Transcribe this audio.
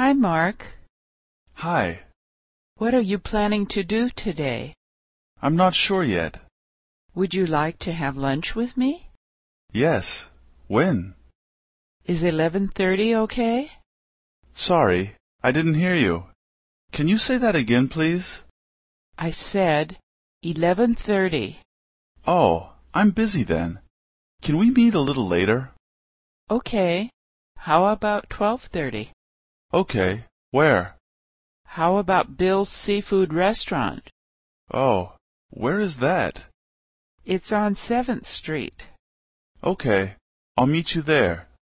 Hi, Mark. Hi. What are you planning to do today? I'm not sure yet. Would you like to have lunch with me? Yes. When? Is 11:30 okay? Sorry, I didn't hear you. Can you say that again, please? I said 11:30. Oh, I'm busy then. Can we meet a little later? Okay. How about 12:30? Okay. Where? How about Bill's Seafood Restaurant? Oh, where is that? It's on 7th Street. Okay. I'll meet you there.